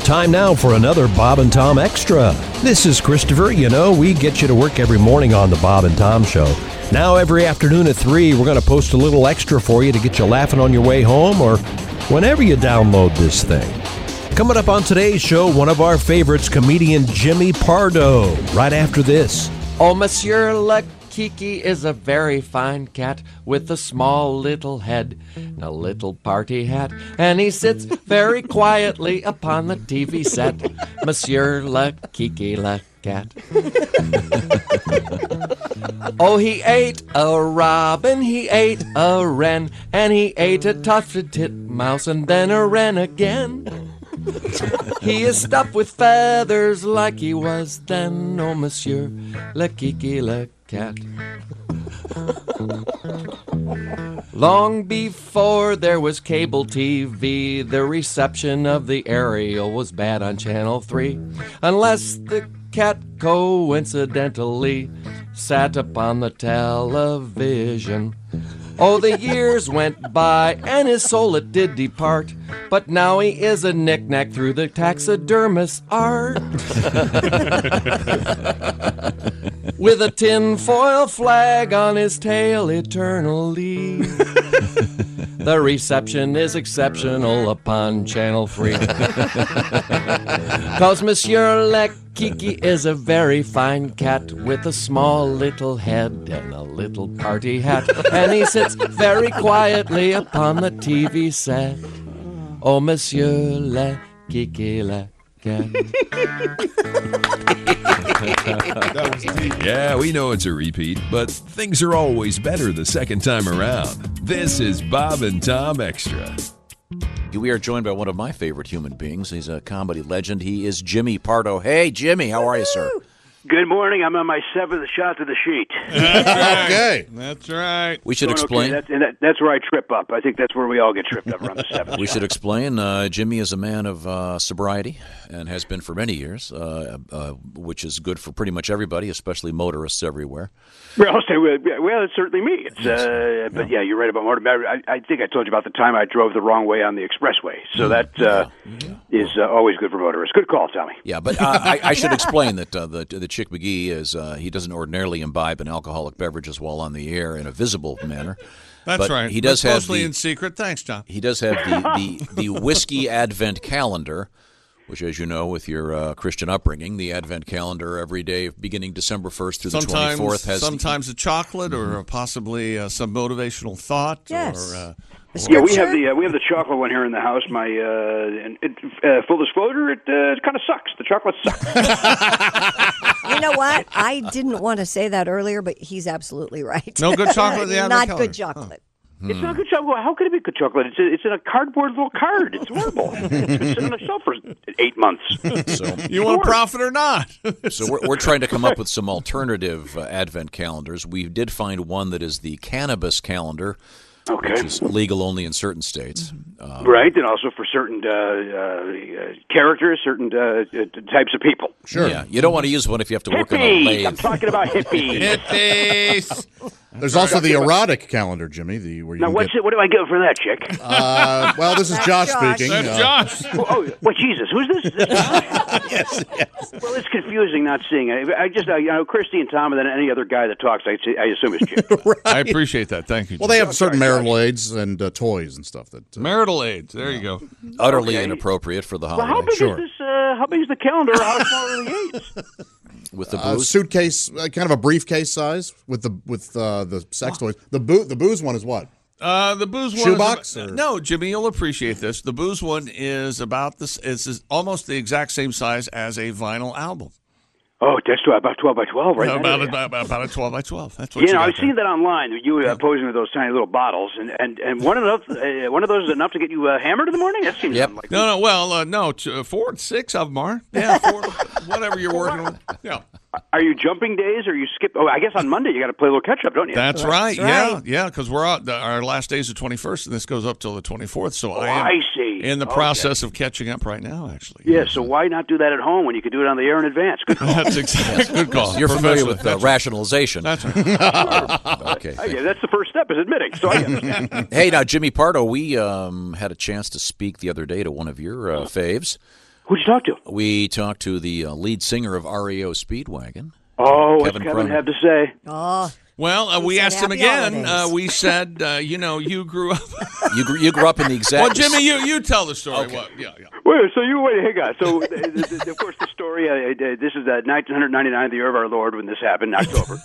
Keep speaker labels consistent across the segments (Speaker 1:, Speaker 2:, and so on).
Speaker 1: Time now for another Bob and Tom Extra. This is Christopher. You know, we get you to work every morning on the Bob and Tom Show. Now, every afternoon at 3, we're going to post a little extra for you to get you laughing on your way home or whenever you download this thing. Coming up on today's show, one of our favorites, comedian Jimmy Pardo, right after this.
Speaker 2: Oh, Monsieur Le Kiki is a very fine cat with a small little head and a little party hat, and he sits very quietly upon the TV set. Monsieur Le Kiki Le Cat. oh, he ate a robin, he ate a wren, and he ate a tufted titmouse, and then a wren again. He is stuffed with feathers like he was then, oh monsieur, le kiki le cat. Long before there was cable TV, the reception of the aerial was bad on Channel 3, unless the cat coincidentally sat upon the television. Oh, the years went by, and his soul it did depart. But now he is a knick-knack through the taxidermist art. With a tinfoil flag on his tail eternally. the reception is exceptional upon Channel 3. Cause Monsieur Le Kiki is a very fine cat with a small little head and a little party hat. And he sits very quietly upon the TV set. Oh, Monsieur Le Kiki Le Cat.
Speaker 3: Yeah, we know it's a repeat, but things are always better the second time around. This is Bob and Tom Extra.
Speaker 4: We are joined by one of my favorite human beings. He's a comedy legend. He is Jimmy Pardo. Hey, Jimmy, how are you, sir?
Speaker 5: Good morning. I'm on my seventh shot to the sheet.
Speaker 4: Okay.
Speaker 6: That's right.
Speaker 4: We should
Speaker 5: Going okay,
Speaker 4: explain.
Speaker 5: that's, and that, that's where I trip up. I think that's where we all get tripped up around the seventh.
Speaker 4: We should explain. Uh, Jimmy is a man of uh, sobriety and has been for many years, uh, uh, which is good for pretty much everybody, especially motorists everywhere.
Speaker 5: Well, I'll say, well, yeah, well, it's certainly me. It's, uh, but yeah. you're right about Morton. I, I think I told you about the time I drove the wrong way on the expressway. So that uh, is uh, always good for motorists. Good call, Tommy.
Speaker 4: Yeah, but uh, I, I should explain that uh, the the Chick McGee is uh, he doesn't ordinarily imbibe an alcoholic beverages while on the air in a visible manner.
Speaker 6: That's
Speaker 4: but
Speaker 6: right.
Speaker 4: He does
Speaker 6: But
Speaker 4: have
Speaker 6: mostly
Speaker 4: the,
Speaker 6: in secret. Thanks, John.
Speaker 4: he does have the, the, the whiskey advent calendar, which, as you know, with your uh, Christian upbringing, the advent calendar every day beginning December 1st through
Speaker 6: Sometimes,
Speaker 4: the Mm-hmm. 24th has
Speaker 6: sometimes a chocolate or possibly uh, some motivational thought.
Speaker 7: Yes.
Speaker 6: Or, uh,
Speaker 5: Yeah, we have the uh, we have the chocolate one here in the house. My uh, and it, uh, full disclosure, it, uh, it kind of sucks. The chocolate sucks. uh,
Speaker 7: You know what? I didn't want to say that earlier, but he's absolutely right.
Speaker 6: No good chocolate in the advent
Speaker 7: Not
Speaker 6: calendar.
Speaker 7: good chocolate.
Speaker 5: It's not good chocolate. How could it be good chocolate? It's, it's in a cardboard little card. It's horrible. it's been sitting on the shelf for eight months.
Speaker 4: so,
Speaker 6: you want to profit or not?
Speaker 4: so we're, we're trying to come up with some alternative uh, advent calendars. We did find one that is the cannabis calendar,
Speaker 5: Okay.
Speaker 4: which is legal only in certain states.
Speaker 6: Mm-hmm.
Speaker 5: Right, and also for certain uh, uh, characters, certain uh, uh, types of people.
Speaker 4: Sure. Yeah, you don't want to use one if you have to work on a
Speaker 5: Hippies! I'm
Speaker 4: lathe.
Speaker 5: talking about hippies.
Speaker 6: Hippies.
Speaker 8: There's also the erotic calendar, Jimmy. The where you
Speaker 5: now,
Speaker 8: can
Speaker 5: what's
Speaker 8: get,
Speaker 5: it, what do I get for that chick?
Speaker 8: uh, well, this is
Speaker 7: That's
Speaker 8: Josh,
Speaker 7: Josh.
Speaker 8: speaking.
Speaker 6: That's
Speaker 8: Uh,
Speaker 6: Josh.
Speaker 5: oh, oh, what Jesus? Who's this? This- Well, it's confusing not seeing. I, I just I, you know Christy and Tom, and then any other guy that talks, I, I assume it's Jim.
Speaker 6: I appreciate that. Thank you.
Speaker 8: Well, they have certain marital aids and uh, toys and stuff that. Uh,
Speaker 6: marital aids. There you go.
Speaker 4: Utterly inappropriate for the
Speaker 5: well, how
Speaker 4: holiday.
Speaker 5: big
Speaker 8: Sure.
Speaker 5: is this? Uh, how big is the calendar? How small are the gates?
Speaker 4: With the
Speaker 8: uh,
Speaker 4: booze.
Speaker 8: suitcase, uh, kind of a briefcase size with the with uh, the sex toys. The boo the booze one is what?
Speaker 6: Uh, the booze one. Is,
Speaker 8: Shoebox, or-
Speaker 6: no, Jimmy, you'll appreciate this. The booze one is about this. It's is almost the exact same size as a vinyl album.
Speaker 5: Oh, that's tw- about twelve by twelve, right?
Speaker 6: about,
Speaker 5: That
Speaker 6: a,
Speaker 5: is-
Speaker 6: about, about a twelve by twelve. That's what
Speaker 5: You
Speaker 6: you
Speaker 5: know,
Speaker 6: got
Speaker 5: I've
Speaker 6: there.
Speaker 5: seen that online. that You were uh, posing with those tiny little bottles, and and, and one of those uh, one of those is enough to get you uh, hammered in the morning. That seems
Speaker 4: Yep.
Speaker 5: like
Speaker 6: No, no. Well, uh, no. T- uh, four, and six of them are. Yeah, four, whatever you're working with. Yeah,
Speaker 5: Are you jumping days or you skip? Oh, I guess on Monday you got to play a little catch up, don't you?
Speaker 6: that's right. Yeah,
Speaker 7: right.
Speaker 6: yeah. Because we're out. The, our last day's the 21st, and this goes up till the 24th. So I am
Speaker 5: I see.
Speaker 6: in the
Speaker 5: Okay.
Speaker 6: process of catching up right now. Actually.
Speaker 5: yeah, so why not do that at home when you could do it on the air in advance? Good call.
Speaker 6: That's exactly. Good call.
Speaker 4: You're familiar
Speaker 6: Professor.
Speaker 4: with uh, rationalization.
Speaker 6: That's right.
Speaker 4: okay.
Speaker 5: I
Speaker 4: thank
Speaker 5: get it. that's the first step is admitting. So I understand.
Speaker 4: Hey, now Jimmy Pardo, we um, had a chance to speak the other day to one of your uh, faves,
Speaker 5: Who'd you talk to?
Speaker 4: We talked to the uh, lead singer of REO Speedwagon.
Speaker 5: Oh, what's
Speaker 4: Kevin
Speaker 5: Kevin
Speaker 4: Cronin.
Speaker 5: had to say?
Speaker 7: Oh,
Speaker 6: Well, uh, we
Speaker 7: said
Speaker 6: asked him
Speaker 7: happy
Speaker 6: again. Uh,
Speaker 7: holidays.
Speaker 6: we said, uh, you know, you grew up.
Speaker 4: You grew, you grew up in the exact.
Speaker 6: well, Jimmy, you you tell the story. What? Yeah, yeah.
Speaker 5: Wait, so you wait, hang on. So, uh, th- th- of course, the story. Uh, uh, this is uh, 1999, the year of our Lord, when this happened, October.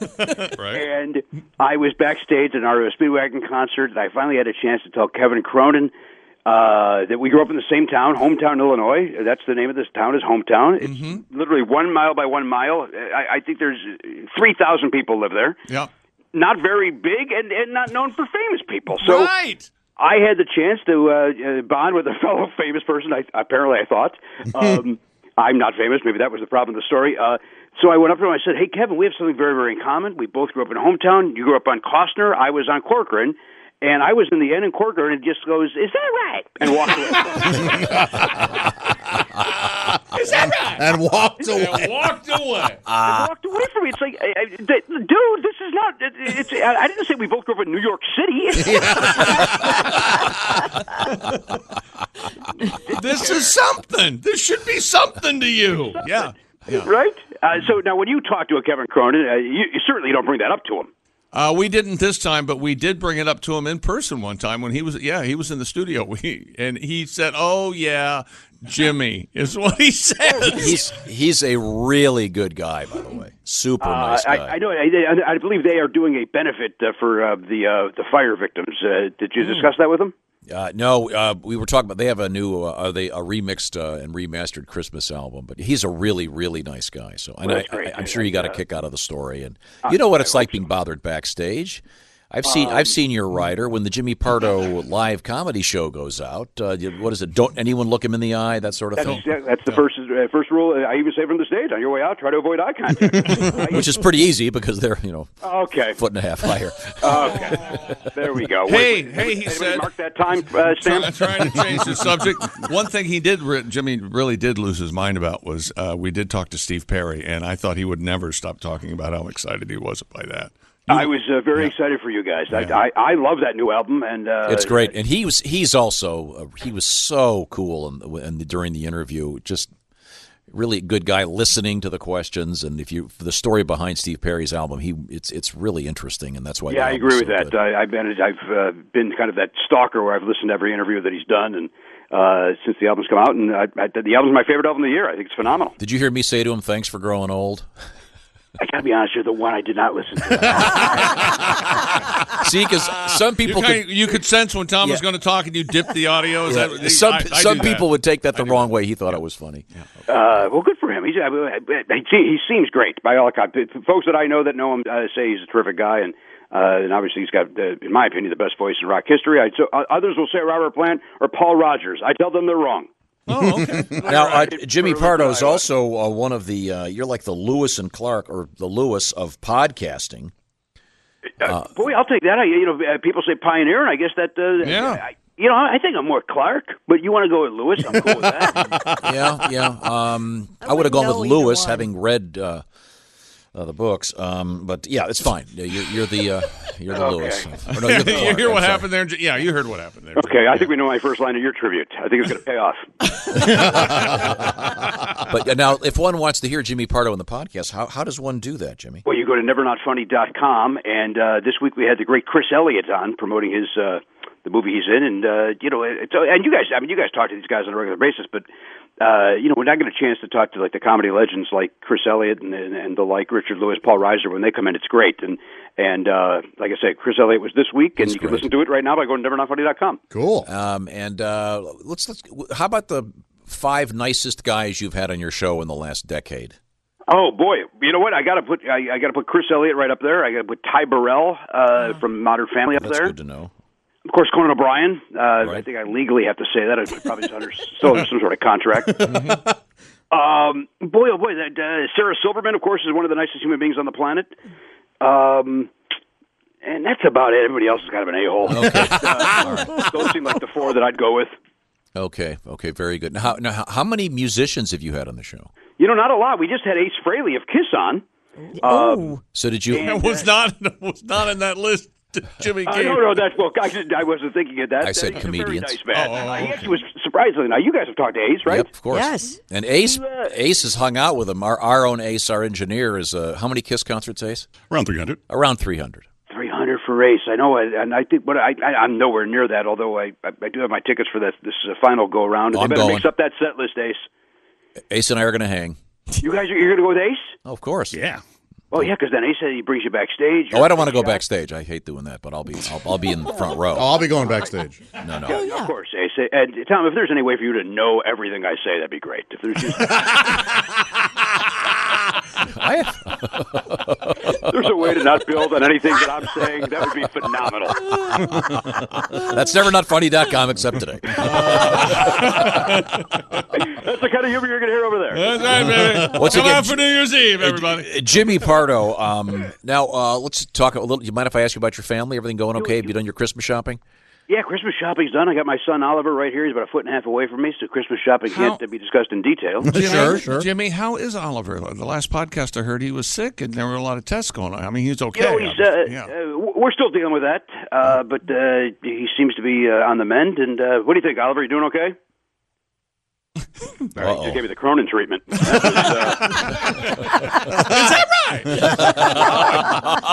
Speaker 6: Right.
Speaker 5: and I was backstage at an REO Speedwagon concert, and I finally had a chance to tell Kevin Cronin uh, that we grew up in the same town, hometown Illinois. That's the name of this town is hometown. It's
Speaker 6: Mm-hmm.
Speaker 5: literally one mile by one mile. I, I think there's three thousand people live there.
Speaker 6: Yeah.
Speaker 5: Not very big, and, and not known for famous people. So.
Speaker 6: right.
Speaker 5: I had the chance to uh, uh, bond with a fellow famous person. I, apparently, I thought um, I'm not famous. Maybe that was the problem of the story. Uh, so I went up to him. I said, "Hey, Kevin, we have something very, very in common. We both grew up in a hometown. You grew up on Costner. I was on Corcoran." And I was in the end in Corcoran, and just goes, "Is that right?" And walked away.
Speaker 8: and walked away.
Speaker 6: walked away.
Speaker 5: And walked away from me. It's like, I, I, th- dude, this is not. It, it's. I, I didn't say we both grew up in New York City.
Speaker 6: This is something. This should be something to you. Yeah.
Speaker 5: right? Uh, so now, when you talk to a Kevin Cronin, uh, you, you certainly don't bring that up to him.
Speaker 6: Uh, we didn't this time, but we did bring it up to him in person one time when he was. Yeah, he was in the studio. We, and he said, "Oh yeah, Jimmy is what he said."
Speaker 4: he's he's a really good guy, by the way. Super nice guy.
Speaker 5: Uh, I, I know. I, I- I believe they are doing a benefit uh, for uh, the uh, the fire victims. Uh, did
Speaker 6: Hmm.
Speaker 5: you discuss that with them?
Speaker 4: Uh, no, uh, we were talking about they have a new, uh, are they a remixed uh, and remastered Christmas album, but he's a really, really nice guy. So, and I,
Speaker 5: that's great.
Speaker 4: I, I'm sure you got a kick out of the story, and you know what it's like being bothered backstage. I've seen, I've seen your rider when the Jimmy Pardo live comedy show goes out. Uh, you- what is it? Don't anyone look him in the eye? That sort of
Speaker 5: That's,
Speaker 4: thing,
Speaker 5: that's the first uh, first rule. I even say from the stage on your way out, try to avoid eye contact.
Speaker 4: which is pretty easy because they're you know
Speaker 5: okay,
Speaker 4: foot and a half higher.
Speaker 5: okay, there we go.
Speaker 6: Hey,
Speaker 5: Wait,
Speaker 6: hey, he
Speaker 5: anybody
Speaker 6: said-
Speaker 5: Mark that time, uh,
Speaker 6: I'm
Speaker 5: Sam.
Speaker 6: trying to change the subject. One thing he did, re- Jimmy really did lose his mind about was uh, we did talk to Steve Perry, and I thought he would never stop talking about how excited he was by that.
Speaker 5: I was uh, very excited for you guys. I, I I love that new album, and uh,
Speaker 4: It's great, and he was he's also uh, he was so cool and and during the interview, just really good guy listening to the questions. And if you the story behind Steve Perry's album, he it's it's really interesting, and that's why the
Speaker 5: Yeah, I
Speaker 4: album's
Speaker 5: agree with
Speaker 4: so
Speaker 5: that.
Speaker 4: good.
Speaker 5: I, I've been I've uh, been kind of that stalker where I've listened to every interview that he's done, and uh, since the album's come out, and I, I, the album's my favorite album of the year. I think it's phenomenal.
Speaker 4: Did you hear me say to him, "Thanks for growing old"?
Speaker 5: I gotta be honest, you're the one I did not listen to.
Speaker 4: See, because some
Speaker 6: You,
Speaker 4: people
Speaker 6: kinda-
Speaker 4: could.
Speaker 6: you could sense when Tom was
Speaker 4: Yeah.
Speaker 6: going to talk, and you dipped the audio. Is that,
Speaker 4: Some
Speaker 6: I- I do
Speaker 4: some
Speaker 6: that.
Speaker 4: people would take that the wrong way. He thought it was funny.
Speaker 5: Uh, well, good for him. He's, I, I, I, he seems great by all accounts. Folks that I know that know him uh, say he's a terrific guy, and uh, and obviously he's got, uh, in my opinion, the best voice in rock history. I, so, uh, others will say Robert Plant or Paul Rogers. I tell them they're wrong.
Speaker 6: Oh, okay.
Speaker 4: Now, uh, Jimmy Pardo is also uh, one of the. Uh, you're like the Lewis and Clark, or the Lewis of podcasting.
Speaker 5: Boy, I'll take that. I, you know, uh, people say pioneer, and I guess that. Uh,
Speaker 6: Yeah.
Speaker 5: I, you know, I think I'm more Clark, but you want to go with Lewis? I'm cool with that.
Speaker 4: yeah, yeah. Um, I,
Speaker 7: I
Speaker 4: would have gone
Speaker 7: wouldn't
Speaker 4: with
Speaker 7: know either
Speaker 4: Lewis,
Speaker 7: one.
Speaker 4: having read uh, uh, the books. Um, but yeah, it's fine. Yeah, You're, you're the uh, you're the Lewis. Or no, you're the
Speaker 6: you
Speaker 4: Clark,
Speaker 6: hear
Speaker 4: I'm
Speaker 6: what
Speaker 4: sorry.
Speaker 6: happened there? Yeah, you heard what happened there.
Speaker 5: Okay, I think we know my first line of your tribute. I think it's going to pay off.
Speaker 4: But uh, now, if one wants to hear Jimmy Pardo in the podcast, how how does one do that, Jimmy?
Speaker 5: Well, you go to nevernotfunny.com, and uh, this week we had the great Chris Elliott on promoting his uh, the movie he's in, and uh, you know, it's, and you guys, I mean, you guys talk to these guys on a regular basis, but uh, you know, when I get a chance to talk to like the comedy legends like Chris Elliott and, and, and the like Richard Lewis, Paul Reiser, when they come in, it's great, and and uh, like I said, Chris Elliott was this week, and you can listen to it right now by going to nevernotfunny.com.
Speaker 8: Cool.
Speaker 4: Um, and uh, let's let's. How about the five nicest guys you've had on your show in the last decade?
Speaker 5: Oh boy, you know what? I gotta put I, I gotta put Chris Elliott right up there. I gotta put Ty Burrell uh, from Modern Family up
Speaker 4: That's
Speaker 5: there.
Speaker 4: good to know.
Speaker 5: Of course, Conan O'Brien. Uh, I think I legally have to say that. I probably just under, still under some sort of contract.
Speaker 4: Mm-hmm.
Speaker 5: um, boy, oh boy, that, uh, Sarah Silverman, of course, is one of the nicest human beings on the planet. Um, and that's about it. Everybody else is kind of an a hole. Those seem like the four that I'd go with.
Speaker 4: Okay, okay, very good. Now, how, now, how- how many musicians have you had on the show?
Speaker 5: You know, not a lot. We just had Ace Fraley of Kiss on.
Speaker 7: oh,
Speaker 4: So did you?
Speaker 6: It was not was not in that list. Jimmy
Speaker 5: Uh,
Speaker 6: Gator.
Speaker 5: no, no, that's well. I, didn't- I wasn't thinking of that.
Speaker 4: I said
Speaker 5: He's a very
Speaker 4: comedians.
Speaker 5: nice man.
Speaker 6: Oh, oh,
Speaker 5: Uh,
Speaker 6: okay.
Speaker 5: He actually was surprisingly. Now you guys have talked to Ace, right?
Speaker 4: Yep, of course.
Speaker 7: Yes.
Speaker 4: And Ace
Speaker 5: Uh,
Speaker 4: Ace has hung out with him. Our our own Ace, our engineer, is uh, how many Kiss concerts, Ace?
Speaker 9: Around 300.
Speaker 4: Around three hundred.
Speaker 5: Three hundred for Ace. I know, I- and I think, but I, I, I'm nowhere near that. Although I, I, I do have my tickets for this. This is a final go round. They
Speaker 4: I'm
Speaker 5: better
Speaker 4: going.
Speaker 5: mix up that set list, Ace.
Speaker 4: Ace and I are going to hang.
Speaker 5: You guys, are, you're going to go with Ace?
Speaker 4: Oh, of course.
Speaker 9: Yeah.
Speaker 5: Oh yeah, because then Ace said he brings you backstage.
Speaker 4: Oh, I don't want to go backstage. I hate doing that, but I'll be I'll, I'll be in the front
Speaker 8: Oh,
Speaker 4: row.
Speaker 8: I'll be going backstage.
Speaker 4: No, no.
Speaker 5: Yeah, Of course, Ace. And Tom, if there's any way for you to know everything I say, that'd be great. If there's just
Speaker 4: I,
Speaker 5: there's a way to not build on anything that I'm saying, that would be phenomenal.
Speaker 4: that's never not funny.com except today.
Speaker 5: That's the kind of humor you're going to hear over there.
Speaker 6: That's right, baby.
Speaker 4: Once
Speaker 6: Come
Speaker 4: again,
Speaker 6: out for New Year's
Speaker 4: Uh,
Speaker 6: Eve, everybody.
Speaker 4: Jimmy Pardo. Um, now uh, let's talk a little. You mind if I ask you about your family? Everything going okay? Have you done your Christmas shopping?
Speaker 5: Yeah, Christmas shopping's done. I got my son Oliver right here. He's about a foot and a half away from me, so Christmas shopping
Speaker 6: How-
Speaker 5: can't be discussed in detail.
Speaker 6: Jimmy,
Speaker 8: Sure, sure.
Speaker 6: Jimmy, how is Oliver? The last podcast I heard, he was sick, and there were a lot of tests going on. I mean, he's okay.
Speaker 5: You know, he's, uh,
Speaker 6: yeah.
Speaker 5: uh, w- we're still dealing with that, uh, but uh, he seems to be uh, on the mend. And uh, what do you think, Oliver? You doing okay? All right, you just gave me the Cronin treatment.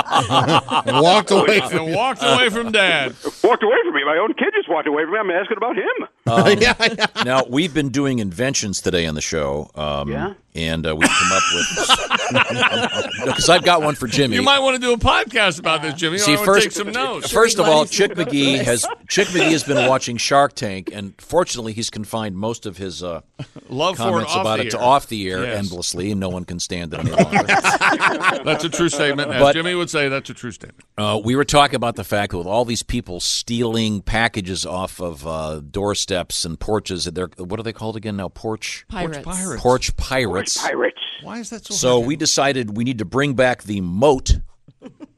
Speaker 8: Walked away
Speaker 5: uh,
Speaker 8: from
Speaker 6: and walked away from dad.
Speaker 5: walked away from me. My own kid just walked away from me. I'm asking about him.
Speaker 8: yeah, yeah.
Speaker 4: Now we've been doing inventions today on the show. Um,
Speaker 5: Yeah?
Speaker 4: And uh, we've come up with because I've got one for Jimmy.
Speaker 6: You might want to do a podcast about this, Jimmy.
Speaker 4: See,
Speaker 6: I want
Speaker 4: first-
Speaker 6: to take some notes.
Speaker 4: First of all,
Speaker 7: Everybody's
Speaker 4: Chick McGee has Chick McGee has been watching Shark Tank, and fortunately, he's confined most of his uh,
Speaker 6: Love for it
Speaker 4: comments
Speaker 6: off
Speaker 4: about
Speaker 6: the
Speaker 4: it to
Speaker 6: air.
Speaker 4: off the air
Speaker 6: Yes.
Speaker 4: endlessly, and no one can stand it any longer.
Speaker 6: That's a true statement. As
Speaker 4: But-
Speaker 6: Jimmy would say, that's a true statement.
Speaker 4: Uh, we were talking about the fact that with all these people stealing packages off of uh, doorsteps and porches, and they're what are they called again now? Porch
Speaker 6: Pirates. Pirates.
Speaker 4: porch pirates.
Speaker 5: Pirates.
Speaker 6: Why is that so?
Speaker 4: So we decided we need to bring back the moat,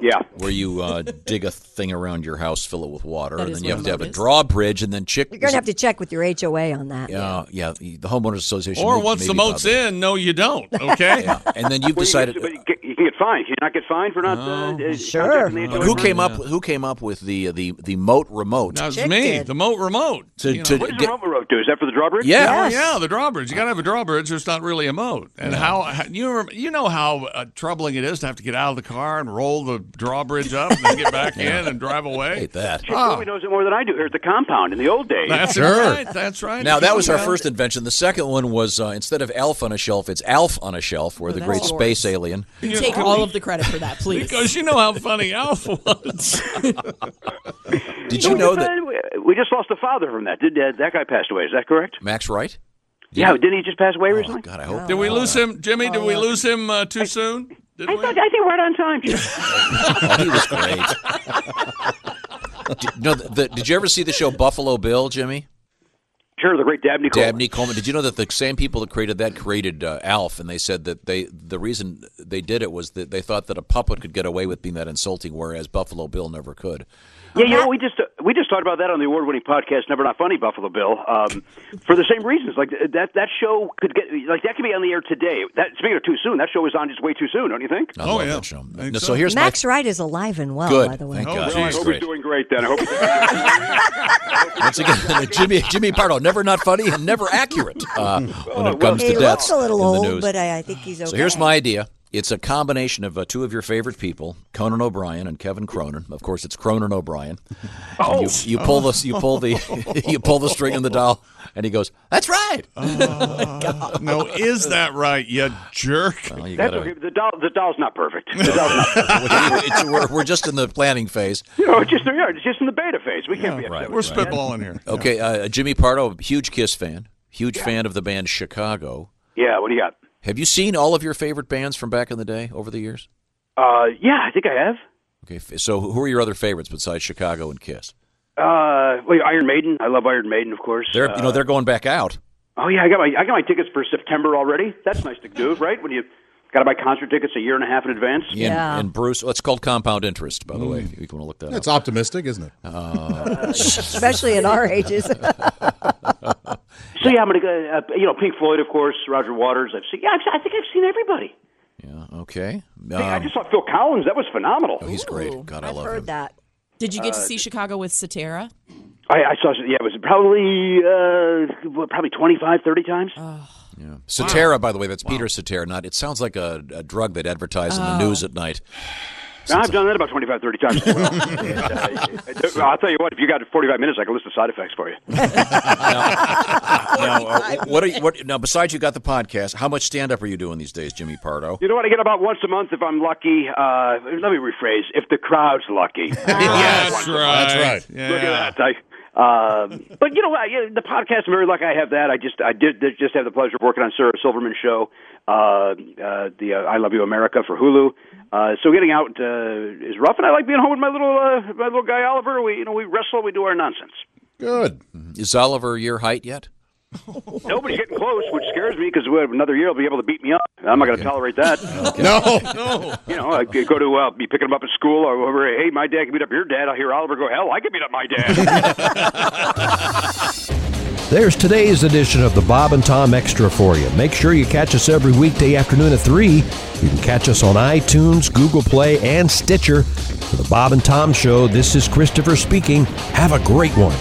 Speaker 5: Yeah.
Speaker 4: where you uh, dig a thing around your house, fill it with water, and
Speaker 10: is
Speaker 4: then you have
Speaker 10: what a
Speaker 4: to have
Speaker 10: moat
Speaker 4: a
Speaker 10: is.
Speaker 4: drawbridge, and then Chick.
Speaker 7: You're going to have to check with your HOA on that.
Speaker 4: Yeah, Uh, yeah. The the homeowners association.
Speaker 6: Or
Speaker 4: may-
Speaker 6: once the
Speaker 4: maybe
Speaker 6: moat's
Speaker 4: bothered.
Speaker 6: in, no, you don't. Okay.
Speaker 4: and then you've
Speaker 5: Well, you
Speaker 4: decided.
Speaker 5: can- but you, get, you can get fined. Can you not get fined for not? uh, uh,
Speaker 7: Sure.
Speaker 5: contacting the
Speaker 4: But
Speaker 5: HOA?
Speaker 4: who came up? Who came up with the the the moat remote?
Speaker 6: That was
Speaker 7: Chick
Speaker 6: me.
Speaker 7: did.
Speaker 6: The moat remote.
Speaker 4: to,
Speaker 6: You know,
Speaker 4: to
Speaker 5: What does
Speaker 4: get-
Speaker 5: the Rover Road do? Is that for the drawbridge?
Speaker 4: yeah,
Speaker 6: Oh yeah, the drawbridge. You got to have a drawbridge, or it's not really a moat. And how, how you rem- you know how uh, troubling it is to have to get out of the car and roll the drawbridge up, and then get back in and drive away.
Speaker 4: hate that.
Speaker 5: Chick Ruby knows it more than I do here at the compound in the old days.
Speaker 6: That's
Speaker 8: Sure.
Speaker 6: right. That's right.
Speaker 4: Now that was our
Speaker 6: Yeah.
Speaker 4: first invention. The second one was uh, instead of Alf on a shelf, it's Alf on a shelf, where the
Speaker 10: that's
Speaker 4: great
Speaker 10: yours.
Speaker 4: space alien.
Speaker 10: You take all of the credit for that, please.
Speaker 6: Because you know how funny Alf was.
Speaker 4: Did you know that
Speaker 5: Uh, We just lost a father from that. Did uh, that guy passed away? Is that correct?
Speaker 4: Max Wright?
Speaker 5: Yeah. Didn't he just pass away
Speaker 4: Oh,
Speaker 5: recently?
Speaker 4: God, I hope.
Speaker 6: Did we lose him, Jimmy? Did we lose him uh, too soon? Did
Speaker 5: I
Speaker 6: we?
Speaker 5: thought I think we're right on time. Jim.
Speaker 4: he was great. did, no, the, the, did you ever see the show Buffalo Bill, Jimmy?
Speaker 5: sure, the great Dabney. Coleman.
Speaker 4: Dabney Coleman. Did you know that the same people that created that created uh, Alf, and they said that they the reason they did it was that they thought that a puppet could get away with being that insulting, whereas Buffalo Bill never could.
Speaker 5: Yeah, you know, we just uh, we just talked about that on the award-winning podcast, Never Not Funny, Buffalo Bill. Um, for the same reasons, like th- that that show could get like that could be on the air today. That speaking of too soon, that show was on just way too soon, don't you think?
Speaker 4: I
Speaker 6: Oh,
Speaker 4: love
Speaker 6: yeah.
Speaker 4: that show.
Speaker 6: I think
Speaker 4: No,
Speaker 6: so.
Speaker 4: so here's my-
Speaker 7: Max Wright is alive and well,
Speaker 4: good.
Speaker 7: by the way.
Speaker 4: Thank
Speaker 6: Oh,
Speaker 4: God.
Speaker 6: really?
Speaker 4: He's
Speaker 5: hope
Speaker 4: great.
Speaker 5: he's doing great. Then I hope. He's doing
Speaker 4: Once again, Jimmy Jimmy Pardo, never not funny and never accurate uh, when it comes
Speaker 7: He
Speaker 4: to deaths
Speaker 7: looks a little
Speaker 4: in the
Speaker 7: old,
Speaker 4: news.
Speaker 7: but I, I think he's okay.
Speaker 4: So here's my idea. It's a combination of uh, two of your favorite people, Conan O'Brien and Kevin Cronin. Of course, it's Cronin O'Brien. Oh. You, you pull the you pull the you pull the string on the doll, and he goes, "That's right."
Speaker 6: No, is that right, you jerk?
Speaker 4: Well, you
Speaker 5: That's
Speaker 4: gotta-
Speaker 5: okay. The doll, the doll's not perfect. The doll's not perfect.
Speaker 4: It's- we're, we're just in the planning phase.
Speaker 5: You know, it's just we are. It's just in the beta phase. We can't be upset.
Speaker 4: right.
Speaker 5: with
Speaker 6: We're spitballing here.
Speaker 4: Okay, uh, Jimmy Pardo, huge Kiss fan, huge fan of the band Chicago.
Speaker 5: it. Yeah. What do you got?
Speaker 4: Have you seen all of your favorite bands from back in the day over the years?
Speaker 5: Uh, yeah, I think I have.
Speaker 4: Okay, f- so who are your other favorites besides Chicago and Kiss?
Speaker 5: Uh, well, Iron Maiden. I love Iron Maiden, of course.
Speaker 4: They're
Speaker 5: Uh,
Speaker 4: you know they're going back out.
Speaker 5: oh yeah, I got my I got my tickets for September already. That's nice to do, right? When you got to buy concert tickets a year and a half in advance.
Speaker 4: And,
Speaker 7: Yeah. Mm.
Speaker 4: and Bruce, well, it's called compound interest, by the way. If you want to look that up.
Speaker 8: It's optimistic, isn't it?
Speaker 7: Especially at our ages.
Speaker 5: So yeah, I'm gonna go. Uh, you know, Pink Floyd, of course. Roger Waters. I've seen. Yeah, I've, I think I've seen everybody.
Speaker 4: Yeah. Okay.
Speaker 5: Hey, I
Speaker 4: Um, oh,
Speaker 5: just saw Phil Collins. That was phenomenal.
Speaker 4: he's great. God, I
Speaker 7: I've
Speaker 4: love
Speaker 7: heard
Speaker 4: him.
Speaker 7: that.
Speaker 10: Did you get to see Chicago with Satara?
Speaker 5: I, I saw. Yeah, it was probably uh, what, probably 25, 30 times.
Speaker 4: Yeah. Cetera, by the way, that's Peter Cetera. Not. It sounds like a, a drug they'd advertise in the
Speaker 7: Uh.
Speaker 4: news at night.
Speaker 5: Now, I've done that about 25, 30 times. as well. And, uh, well, I'll tell you what. If you got 45 minutes, I can list the side effects for you.
Speaker 7: Oh,
Speaker 4: Now, uh, what are you, what, now? Besides, you got the podcast. How much stand up are you doing these days, Jimmy Pardo?
Speaker 5: You know what? I get about once a month if I'm lucky. Uh, let me rephrase. If the crowd's lucky.
Speaker 6: That's right.
Speaker 8: That's right.
Speaker 5: Look at that. I, um, but you know, I, yeah, the podcast. I'm very lucky I have that. I just I did, did just have the pleasure of working on Sarah Silverman's show, uh, uh, the uh, I Love You America for Hulu. Uh, so getting out uh, is rough, and I like being home with my little uh, my little guy Oliver. We you know we wrestle, we do our nonsense.
Speaker 8: Good.
Speaker 4: Is Oliver your height yet?
Speaker 5: Nobody's getting close, which scares me because another year he'll be able to beat me up. I'm not going to tolerate that.
Speaker 8: No.
Speaker 5: you know, I could go to uh, be picking him up at school or whatever. Hey, my dad can beat up your dad. I hear Oliver go, hell, I can beat up my dad.
Speaker 1: There's today's edition of the Bob and Tom Extra for you. Make sure you catch us every weekday afternoon at 3. You can catch us on iTunes, Google Play, and Stitcher. For the Bob and Tom Show, this is Christopher speaking. Have a great one.